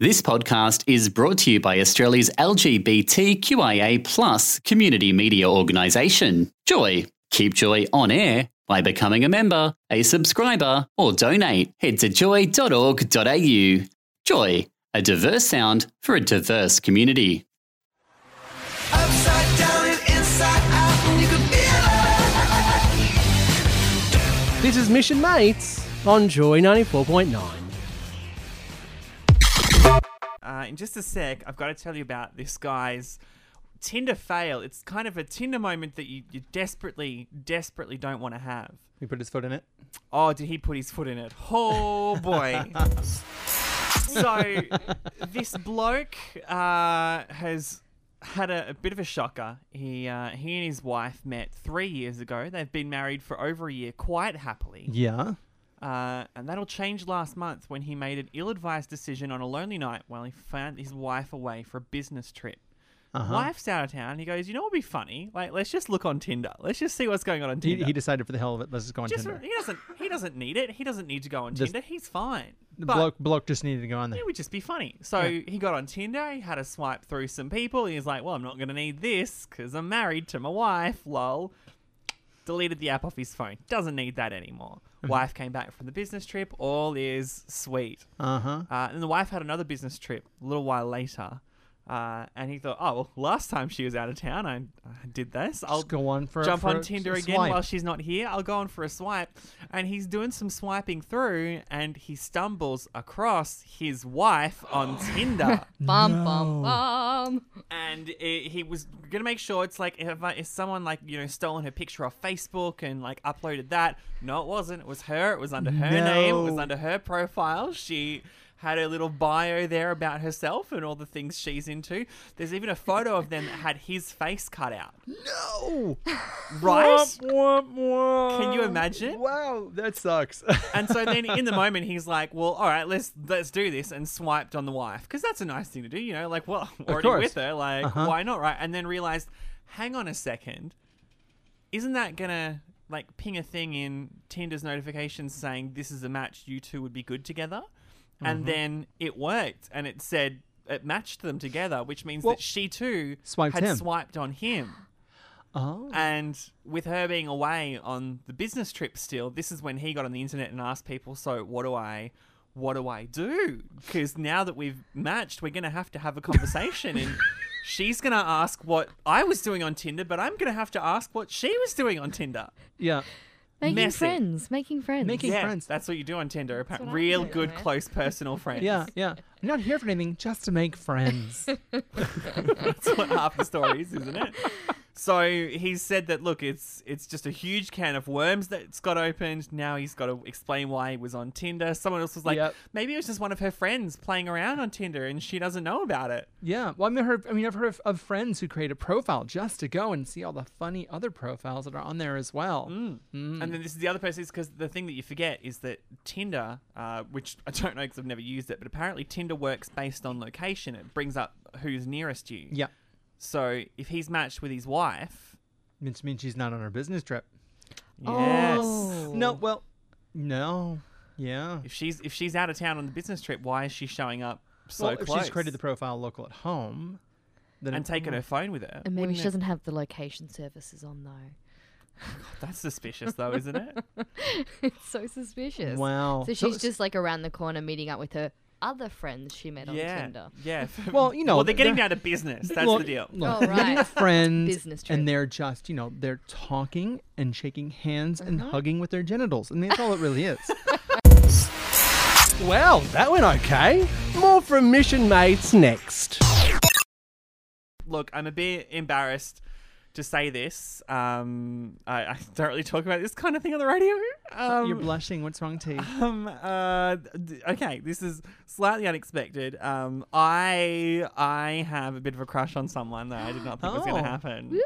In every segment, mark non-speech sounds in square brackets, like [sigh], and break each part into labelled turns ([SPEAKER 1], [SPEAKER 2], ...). [SPEAKER 1] This podcast is brought to you by Australia's LGBTQIA plus community media organisation, Joy. Keep Joy on air by becoming a member, a subscriber, or donate. Head to joy.org.au. Joy, a diverse sound for a diverse community.
[SPEAKER 2] Upside down and inside out, and you can feel it.
[SPEAKER 3] This is Mission Mates on Joy 94.9.
[SPEAKER 4] Uh, in just a sec, I've got to tell you about this guy's Tinder fail. It's kind of a Tinder moment that you, you desperately, desperately don't want to have.
[SPEAKER 5] He put his foot in it.
[SPEAKER 4] Oh, did he put his foot in it? Oh boy. so, this bloke uh, has had a, a bit of a shocker. He uh, he and his wife met three years ago. They've been married for over a year, quite happily.
[SPEAKER 5] Yeah.
[SPEAKER 4] Uh, and that'll change last month when he made an ill-advised decision on a lonely night while he found his wife away for a business trip.
[SPEAKER 5] Uh-huh.
[SPEAKER 4] Wife's out of town. He goes, you know what would be funny? Like, let's just look on Tinder. Let's just see what's going on on
[SPEAKER 5] He,
[SPEAKER 4] Tinder.
[SPEAKER 5] he decided for the hell of it, let's just go on
[SPEAKER 4] just,
[SPEAKER 5] Tinder.
[SPEAKER 4] he doesn't. He doesn't need it. He doesn't need to go on
[SPEAKER 5] Just-
[SPEAKER 4] Tinder. He's fine.
[SPEAKER 5] The
[SPEAKER 4] But
[SPEAKER 5] bloke, bloke just needed to go on there.
[SPEAKER 4] it would just be funny. So he got on Tinder. He had a swipe through some people. He's like, well, I'm not going to need this because I'm married to my wife. Lol. Deleted the app off his phone. Doesn't need that anymore. Wife came back from the business trip. All is sweet.
[SPEAKER 5] Uh huh.
[SPEAKER 4] Uh, and the wife had another business trip a little while later. Uh, and he thought, oh, well, last time she was out of town, I, I did this. I'll
[SPEAKER 5] Just go on for
[SPEAKER 4] jump
[SPEAKER 5] for
[SPEAKER 4] on
[SPEAKER 5] a
[SPEAKER 4] Tinder
[SPEAKER 5] s-
[SPEAKER 4] again
[SPEAKER 5] swipe.
[SPEAKER 4] while she's not here. I'll go on for a swipe. And he's doing some swiping through, and he stumbles across his wife on Tinder.
[SPEAKER 6] Bum bum bum.
[SPEAKER 4] and it, he was gonna make sure it's like if, I, if someone like you know stolen her picture off Facebook and like uploaded that. No, it wasn't. It was her. It was under her name. It was
[SPEAKER 5] No.
[SPEAKER 4] under her profile. She had a little bio there about herself and all the things she's into. There's even a photo of them that had his face cut out.
[SPEAKER 5] No.
[SPEAKER 4] Right?
[SPEAKER 5] Oh. Womp, womp.
[SPEAKER 4] Can you imagine?
[SPEAKER 5] Wow, that sucks. [laughs]
[SPEAKER 4] And so then in the moment he's like, "Well, all right, let's let's do this," and swiped on the wife because that's a nice thing to do, you know. Like, well, [laughs] I'm already
[SPEAKER 5] course. Uh-huh.
[SPEAKER 4] with her, like, why not, right? And then realized, hang on a second, isn't that gonna like ping a thing in Tinder's notifications saying this is a match you two would be good together?
[SPEAKER 5] Mm-hmm.
[SPEAKER 4] And then it worked, and it said it matched them together, which means
[SPEAKER 5] Well,
[SPEAKER 4] that she too
[SPEAKER 5] swiped
[SPEAKER 4] had
[SPEAKER 5] him.
[SPEAKER 4] swiped on him.
[SPEAKER 5] oh.
[SPEAKER 4] And with her being away on the business trip still, this is when he got on the internet and asked people, so what do I what do I do? Cuz now that we've matched, we're going to have to have a conversation and she's going to ask what I was doing on Tinder, but I'm going to have to ask what she was doing on Tinder.
[SPEAKER 5] Yeah.
[SPEAKER 6] Making
[SPEAKER 4] Messy.
[SPEAKER 6] friends. Making friends.
[SPEAKER 5] Making- Be friends.
[SPEAKER 4] that's what you do on Tinder. Apparently.
[SPEAKER 6] what I
[SPEAKER 4] Real
[SPEAKER 6] do,
[SPEAKER 4] good
[SPEAKER 6] right?
[SPEAKER 4] close personal friends.
[SPEAKER 5] Yeah. Yeah. I'm not here for anything, just to make
[SPEAKER 4] [laughs]
[SPEAKER 5] friends.
[SPEAKER 4] That's what half the story is, isn't it? So he said that look, it's it's just a huge can of worms that's got opened. Now he's got to explain why he was on Tinder. Someone else was like,
[SPEAKER 5] Yep.
[SPEAKER 4] maybe it was just one of her friends playing around on Tinder and she doesn't know about it.
[SPEAKER 5] yeah. Well, I mean, I've heard, I mean, I've heard of, of friends who create a profile just to go and see all the funny other profiles that are on there as well.
[SPEAKER 4] And then this is the other person is because the thing that you forget is that Tinder, uh, which I don't know because I've never used it, but apparently Tinder works based on location. It brings up who's nearest you.
[SPEAKER 5] Yeah.
[SPEAKER 4] So if he's matched with his wife,
[SPEAKER 5] Which means she's not on her business trip.
[SPEAKER 6] Oh.
[SPEAKER 4] yes.
[SPEAKER 5] No. Well. No. Yeah.
[SPEAKER 4] If she's if she's out of town on the business trip, why is she showing up so
[SPEAKER 5] well, if
[SPEAKER 4] close?
[SPEAKER 5] she's created the profile local at home, then it-
[SPEAKER 4] and taken her phone with her.
[SPEAKER 6] And maybe
[SPEAKER 5] Wouldn't
[SPEAKER 6] she
[SPEAKER 5] it-
[SPEAKER 6] doesn't have the location services on though. [laughs]
[SPEAKER 4] That's suspicious, though, isn't it?
[SPEAKER 6] it's so suspicious.
[SPEAKER 5] Wow.
[SPEAKER 6] So
[SPEAKER 5] So
[SPEAKER 6] she's
[SPEAKER 5] it's-
[SPEAKER 6] just like around the corner meeting up with her other friends she met on
[SPEAKER 4] yeah,
[SPEAKER 6] Tinder.
[SPEAKER 4] yeah.
[SPEAKER 5] [laughs] Well, you know,
[SPEAKER 4] well, they're getting
[SPEAKER 5] they're-
[SPEAKER 4] down
[SPEAKER 5] [laughs]
[SPEAKER 4] to business. That's
[SPEAKER 5] Look-
[SPEAKER 4] the deal.
[SPEAKER 5] Look,
[SPEAKER 6] Oh,
[SPEAKER 5] they're getting
[SPEAKER 6] right. [laughs]
[SPEAKER 5] their friends,
[SPEAKER 6] Business trip.
[SPEAKER 5] and they're just you know they're talking and shaking hands and
[SPEAKER 6] Uh-huh.
[SPEAKER 5] hugging with their genitals, and that's all it really
[SPEAKER 6] [laughs]
[SPEAKER 5] is.
[SPEAKER 3] Well, that went okay. More from Mission Mates next.
[SPEAKER 4] Look, I'm a bit embarrassed to say this. Um, I, I don't really talk about this kind of thing on the radio. Um,
[SPEAKER 5] You're blushing. What's wrong,
[SPEAKER 4] [gasps]
[SPEAKER 5] T?
[SPEAKER 4] [laughs] um, uh, d- okay, this is slightly unexpected. Um, I I have a bit of a crush on someone that I did not think was going
[SPEAKER 5] Oh.
[SPEAKER 4] to happen.
[SPEAKER 6] Woo.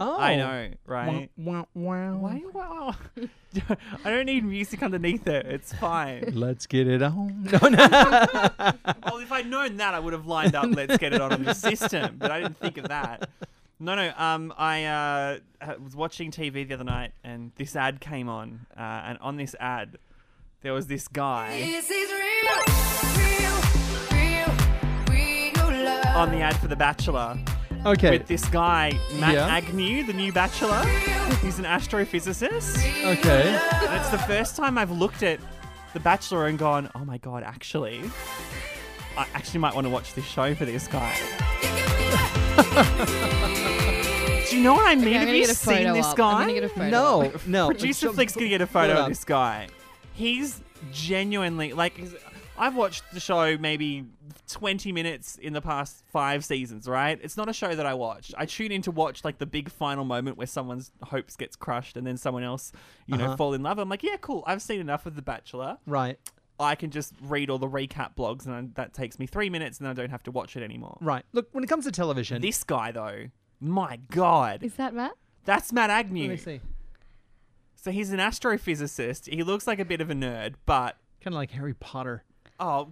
[SPEAKER 5] Oh,
[SPEAKER 4] I know, right?
[SPEAKER 5] Wow, wow,
[SPEAKER 4] Why? Wow. [laughs] I don't need music underneath it. It's fine.
[SPEAKER 5] Let's get it
[SPEAKER 6] [laughs]
[SPEAKER 5] on. No, no.
[SPEAKER 4] [laughs] well, if I'd known that, I would have lined up. Let's get it on on the system, but I didn't think of that. No, no. Um, I uh, ha- was watching TV the other night, and this ad came on, uh, and on this ad, there was this guy.
[SPEAKER 2] This is real, real, real,
[SPEAKER 4] on the ad for The Bachelor
[SPEAKER 5] Okay.
[SPEAKER 4] with this guy, Matt
[SPEAKER 5] Yeah.
[SPEAKER 4] Agnew, the new Bachelor. He's an astrophysicist.
[SPEAKER 5] Okay.
[SPEAKER 6] [laughs]
[SPEAKER 4] And it's the first time I've looked at The Bachelor and gone, oh my god, actually, I actually might want to watch this show for this
[SPEAKER 6] [laughs]
[SPEAKER 4] guy. Do you know what I mean?
[SPEAKER 6] I'm
[SPEAKER 4] Have
[SPEAKER 6] gonna
[SPEAKER 4] you
[SPEAKER 6] get a
[SPEAKER 4] seen
[SPEAKER 6] photo
[SPEAKER 4] this
[SPEAKER 6] up.
[SPEAKER 4] guy?
[SPEAKER 6] I'm gonna get a photo
[SPEAKER 4] [laughs]
[SPEAKER 6] up.
[SPEAKER 5] No, no.
[SPEAKER 4] Producer
[SPEAKER 5] Shut-
[SPEAKER 4] Flick's gonna get a
[SPEAKER 5] Hold
[SPEAKER 4] photo of
[SPEAKER 5] on.
[SPEAKER 4] this guy. He's genuinely like he's, I've watched the show maybe twenty minutes in the past five seasons. Right? It's not a show that I watch. I tune in to watch like the big final moment where someone's hopes gets crushed and then someone else, you
[SPEAKER 5] Uh-huh.
[SPEAKER 4] know, fall in love. I'm like, yeah, cool. I've seen enough of The Bachelor.
[SPEAKER 5] Right, I
[SPEAKER 4] I can just read all the recap blogs and I, that takes me three minutes and then I don't have to watch it anymore.
[SPEAKER 5] right. Look, when it comes to television,
[SPEAKER 4] This guy though, my god,
[SPEAKER 6] Is that Matt?
[SPEAKER 4] that's Matt
[SPEAKER 5] let
[SPEAKER 4] Agnew.
[SPEAKER 5] me see.
[SPEAKER 4] So he's an astrophysicist. He looks like a bit of a nerd, but
[SPEAKER 5] Kind of like Harry Potter
[SPEAKER 6] [laughs]
[SPEAKER 4] oh,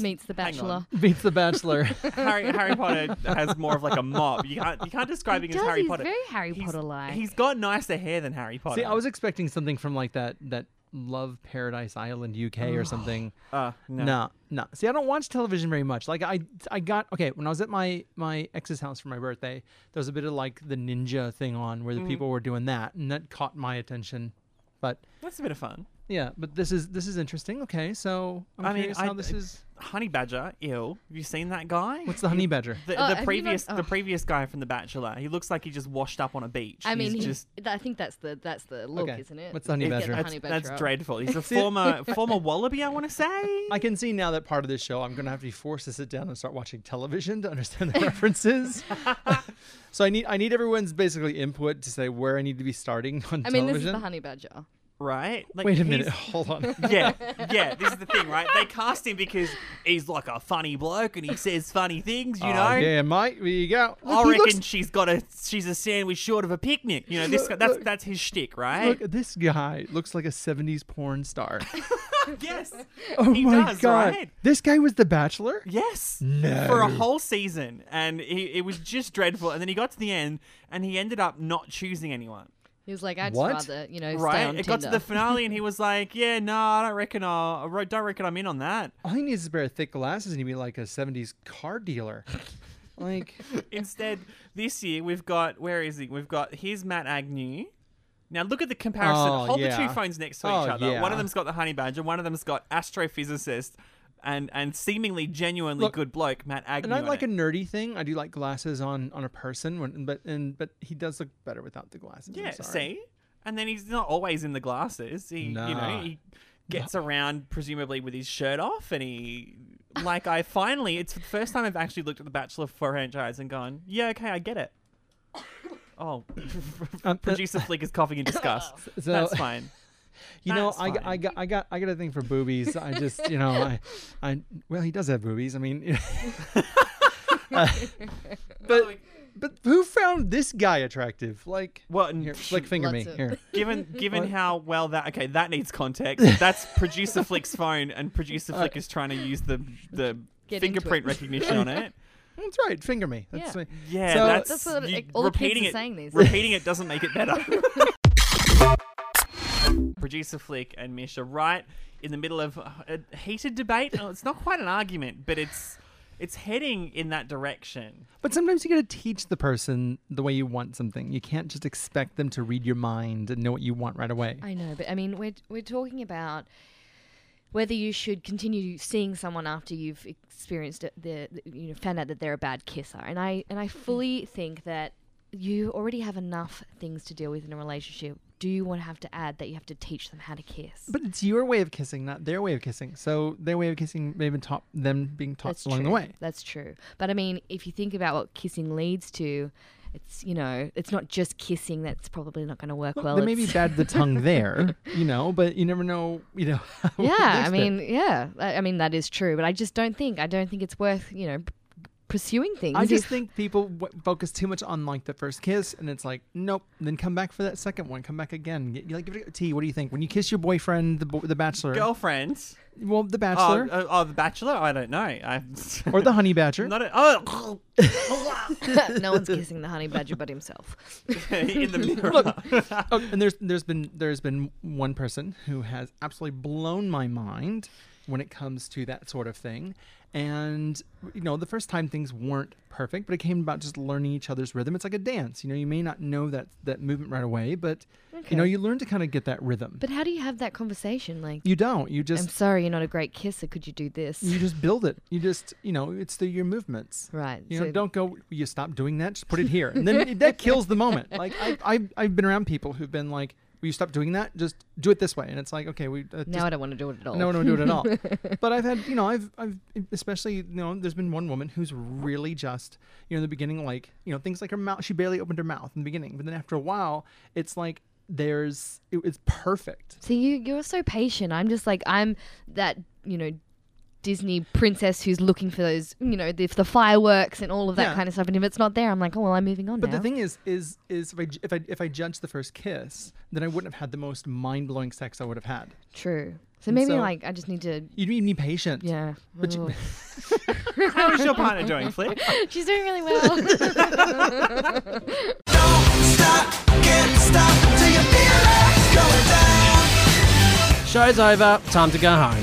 [SPEAKER 6] Meets the
[SPEAKER 4] hang on.
[SPEAKER 6] Bachelor.
[SPEAKER 5] beats The
[SPEAKER 4] [laughs]
[SPEAKER 5] Bachelor. [laughs]
[SPEAKER 4] Harry, Harry Potter has more of like a mob. You can't you can't describe
[SPEAKER 6] He
[SPEAKER 4] him as
[SPEAKER 6] does,
[SPEAKER 4] Harry
[SPEAKER 6] he's
[SPEAKER 4] Potter.
[SPEAKER 6] very Harry
[SPEAKER 4] He's-
[SPEAKER 6] Potter-like.
[SPEAKER 4] He's got nicer hair than Harry Potter.
[SPEAKER 5] See, I was expecting something from like that that Love Paradise Island UK or something.
[SPEAKER 4] uh, no.
[SPEAKER 5] No, no. See, I don't watch television very much. Like I, I got okay. When I was at my my ex's house for my birthday, there was a bit of like the ninja thing on where the
[SPEAKER 4] Mm.
[SPEAKER 5] people were doing that, and that caught my attention. But
[SPEAKER 4] That's a bit of fun.
[SPEAKER 5] yeah, but this is this is interesting. Okay, so I'm
[SPEAKER 4] I mean,
[SPEAKER 5] curious
[SPEAKER 4] I-
[SPEAKER 5] how this is.
[SPEAKER 4] Honey Badger, ew. Have you seen that guy?
[SPEAKER 5] What's the honey badger?
[SPEAKER 4] the,
[SPEAKER 6] Oh, have
[SPEAKER 4] the
[SPEAKER 6] you
[SPEAKER 4] previous
[SPEAKER 6] not-
[SPEAKER 4] the
[SPEAKER 6] oh.
[SPEAKER 4] previous guy from The Bachelor? He looks like he just washed up on a beach.
[SPEAKER 6] I mean,
[SPEAKER 4] he's
[SPEAKER 6] he's
[SPEAKER 4] just
[SPEAKER 6] I think that's the that's the look,
[SPEAKER 5] Okay,
[SPEAKER 6] isn't it?
[SPEAKER 5] what's the honey
[SPEAKER 6] Get
[SPEAKER 5] badger?
[SPEAKER 6] honey
[SPEAKER 4] that's,
[SPEAKER 6] badger
[SPEAKER 4] that's
[SPEAKER 6] up.
[SPEAKER 4] dreadful.
[SPEAKER 6] [laughs]
[SPEAKER 4] He's a former former wallaby, I want to say.
[SPEAKER 5] I can see now that part of this show, I'm going to have to be forced to sit down and start watching television [laughs] to understand the references. so I need I need everyone's basically input to say where I need to be starting on
[SPEAKER 6] I mean,
[SPEAKER 5] television.
[SPEAKER 6] this is the honey badger.
[SPEAKER 4] Right? Like,
[SPEAKER 5] Wait a
[SPEAKER 4] he's-
[SPEAKER 5] minute, hold on.
[SPEAKER 6] [laughs]
[SPEAKER 4] Yeah, yeah. This is the thing, right? They cast him because he's like a funny bloke and he says funny things, you know.
[SPEAKER 5] Oh, yeah, Mike, there you go.
[SPEAKER 4] I
[SPEAKER 5] Look, he
[SPEAKER 4] reckon
[SPEAKER 5] looks-
[SPEAKER 4] she's got a she's a sandwich short of a picnic. You know, this guy, that's that's his shtick, right?
[SPEAKER 5] look, this guy looks like a 70s porn star.
[SPEAKER 4] yes,
[SPEAKER 5] Oh
[SPEAKER 4] He
[SPEAKER 5] my
[SPEAKER 4] does,
[SPEAKER 5] god.
[SPEAKER 4] right?
[SPEAKER 5] This guy was The Bachelor?
[SPEAKER 4] [laughs] yes,
[SPEAKER 5] No.
[SPEAKER 4] for a whole season, and he, it was just dreadful. And then he got to the end, and he ended up not choosing anyone.
[SPEAKER 6] He was like, I'd just
[SPEAKER 5] What?
[SPEAKER 6] rather you know stay
[SPEAKER 4] Right?
[SPEAKER 6] on
[SPEAKER 4] It got
[SPEAKER 6] Tinder.
[SPEAKER 4] to the finale,
[SPEAKER 6] [laughs]
[SPEAKER 4] and he was like, "Yeah, no, I don't reckon. I'll, I don't reckon I'm in on that."
[SPEAKER 5] All he needs is a pair of thick glasses and he'd be like a 70s car dealer. [laughs] like,
[SPEAKER 4] Instead, this year we've got where is he? We've got here's Matt Agnew. Now look at the comparison.
[SPEAKER 5] Oh,
[SPEAKER 4] Hold the
[SPEAKER 5] yeah.
[SPEAKER 4] two phones next to
[SPEAKER 5] Oh,
[SPEAKER 4] each other. One
[SPEAKER 5] yeah.
[SPEAKER 4] of them's got the honey badger. One of them's got astrophysicist, and and seemingly genuinely
[SPEAKER 5] Look,
[SPEAKER 4] good bloke Matt Agnew.
[SPEAKER 5] and I
[SPEAKER 4] on
[SPEAKER 5] like a
[SPEAKER 4] it.
[SPEAKER 5] nerdy thing. I do like glasses on on a person, when, but and but he does look better without the glasses. I'm
[SPEAKER 4] yeah.
[SPEAKER 5] sorry.
[SPEAKER 4] See, and then he's not always in the glasses. He you know
[SPEAKER 5] Nah.
[SPEAKER 4] he gets around presumably with his shirt off, and he like I finally it's the first time I've actually looked at the Bachelor franchise and gone yeah okay I get it.
[SPEAKER 5] [laughs]
[SPEAKER 4] Oh,
[SPEAKER 5] Um, uh,
[SPEAKER 4] producer Flick is coughing in
[SPEAKER 6] [laughs]
[SPEAKER 4] disgust.
[SPEAKER 5] So-
[SPEAKER 4] That's fine.
[SPEAKER 5] You know,
[SPEAKER 4] That's
[SPEAKER 5] I, g- I
[SPEAKER 4] fine.
[SPEAKER 5] got I got I got a thing for boobies. I just you know I I well he does have boobies. I mean, [laughs] Uh, but but who found this guy attractive? Like
[SPEAKER 4] Well, n-
[SPEAKER 5] here, flick finger me
[SPEAKER 6] Lots of- [laughs]
[SPEAKER 5] here. [laughs]
[SPEAKER 4] given given
[SPEAKER 5] What?
[SPEAKER 4] how well that okay, that needs
[SPEAKER 5] [laughs]
[SPEAKER 4] context. That's producer Flick's phone, and producer
[SPEAKER 5] Uh,
[SPEAKER 4] Flick is trying to use the the
[SPEAKER 6] Get into
[SPEAKER 4] fingerprint
[SPEAKER 6] it.
[SPEAKER 4] recognition
[SPEAKER 5] [laughs]
[SPEAKER 4] on it.
[SPEAKER 5] That's right, finger me. That's
[SPEAKER 6] Yeah.
[SPEAKER 5] me.
[SPEAKER 4] Yeah,
[SPEAKER 5] So-
[SPEAKER 4] that's,
[SPEAKER 6] That's what
[SPEAKER 4] you-
[SPEAKER 6] it- all the kids
[SPEAKER 4] repeating
[SPEAKER 6] are
[SPEAKER 4] it.
[SPEAKER 6] saying these days.
[SPEAKER 4] repeating it doesn't make it
[SPEAKER 6] [laughs]
[SPEAKER 4] better. [laughs] producer Flick and Misha right in the middle of a heated debate. Oh, it's not quite an argument, but it's it's heading in that direction.
[SPEAKER 5] But sometimes you got to teach the person the way you want something. You can't just expect them to read your mind and know what you want right away.
[SPEAKER 6] I know, but I mean, we're we're talking about whether you should continue seeing someone after you've experienced it- the, the- you know found out that they're a bad kisser, and I and
[SPEAKER 5] Mm.
[SPEAKER 6] I fully think that you already have enough things to deal with in a relationship. Do you want to have to add that you have to teach them how to kiss?
[SPEAKER 5] But it's your way of kissing, not their way of kissing. So their way of kissing may have been taught them being taught along
[SPEAKER 6] true.
[SPEAKER 5] the way.
[SPEAKER 6] That's true. But I mean, if you think about what kissing leads to, it's you know, it's not just kissing that's probably not going to work well.
[SPEAKER 5] there may be
[SPEAKER 6] it's-
[SPEAKER 5] bad the tongue there,
[SPEAKER 6] [laughs]
[SPEAKER 5] you know, but you never know, you know. [laughs] how it
[SPEAKER 6] yeah, I
[SPEAKER 5] affects them.
[SPEAKER 6] mean, yeah, I, I mean that is true. But I just don't think I don't think it's worth you know p- pursuing things.
[SPEAKER 5] I just
[SPEAKER 6] if-
[SPEAKER 5] think people w- focus too much on like the first kiss, and it's like, nope. Then come back for that second one. Come back again. Get, like, give it a T. What do you think when you kiss your boyfriend, the bo- the bachelor?
[SPEAKER 4] Girlfriend,
[SPEAKER 5] Well, the
[SPEAKER 4] oh,
[SPEAKER 5] bachelor
[SPEAKER 4] oh, oh, the Bachelor. I don't know. I [laughs]
[SPEAKER 5] or the honey badger.
[SPEAKER 4] not a, oh [laughs]
[SPEAKER 6] [laughs] no one's kissing the honey badger
[SPEAKER 5] [laughs]
[SPEAKER 6] but himself.
[SPEAKER 4] in the mirror.
[SPEAKER 5] uh, oh, and there's there's been there's been one person who has absolutely blown my mind. when it comes to that sort of thing. And you know, the first time things weren't perfect, but it came about just learning each other's rhythm. It's like a dance. You know, you may not know that that movement right away, but you know,
[SPEAKER 6] Okay.
[SPEAKER 5] you learn to kind of get that rhythm.
[SPEAKER 6] But how do you have that conversation? Like,
[SPEAKER 5] you don't. You
[SPEAKER 6] I'm
[SPEAKER 5] just
[SPEAKER 6] sorry, you're not a great kisser. Could you do this?
[SPEAKER 5] you just build it. You just you know, it's through your movements.
[SPEAKER 6] Right.
[SPEAKER 5] You know,
[SPEAKER 6] so-
[SPEAKER 5] don't go. You stop doing that. Just put it here, and then it- that kills the
[SPEAKER 6] [laughs]
[SPEAKER 5] moment. Like I, I, I've been around people who've been like, "Will you stop doing that? Just do it this way." And it's like, okay, we uh,
[SPEAKER 6] now I don't want to do it at all.
[SPEAKER 5] no, no, do it at all.
[SPEAKER 6] [laughs]
[SPEAKER 5] but I've had, you know, I've, I've, especially, you know, there's been one woman who's really just, you know, in the beginning, like, you know, things like her mouth, she barely opened her mouth in the beginning, but then after a while, it's like there's, it, it's perfect.
[SPEAKER 6] So you you're so patient. I'm just like I'm that you know Disney princess who's looking for those you know the, the fireworks and all of that
[SPEAKER 5] Yeah.
[SPEAKER 6] kind of stuff. And if it's not there, I'm like, oh well, I'm moving on
[SPEAKER 5] But
[SPEAKER 6] now.
[SPEAKER 5] the thing is, is, is if I, j- if I, if I judged the first kiss, then I wouldn't have had the most mind blowing sex I would have had.
[SPEAKER 6] True. So
[SPEAKER 5] And
[SPEAKER 6] maybe
[SPEAKER 5] so-
[SPEAKER 6] like I just need to
[SPEAKER 5] You'd need to be patient.
[SPEAKER 6] yeah.
[SPEAKER 5] But you-
[SPEAKER 6] Ugh.
[SPEAKER 5] [laughs]
[SPEAKER 4] How is your partner doing, Flip?
[SPEAKER 6] She's doing
[SPEAKER 5] [laughs]
[SPEAKER 6] really well.
[SPEAKER 3] Show's over, time to go home.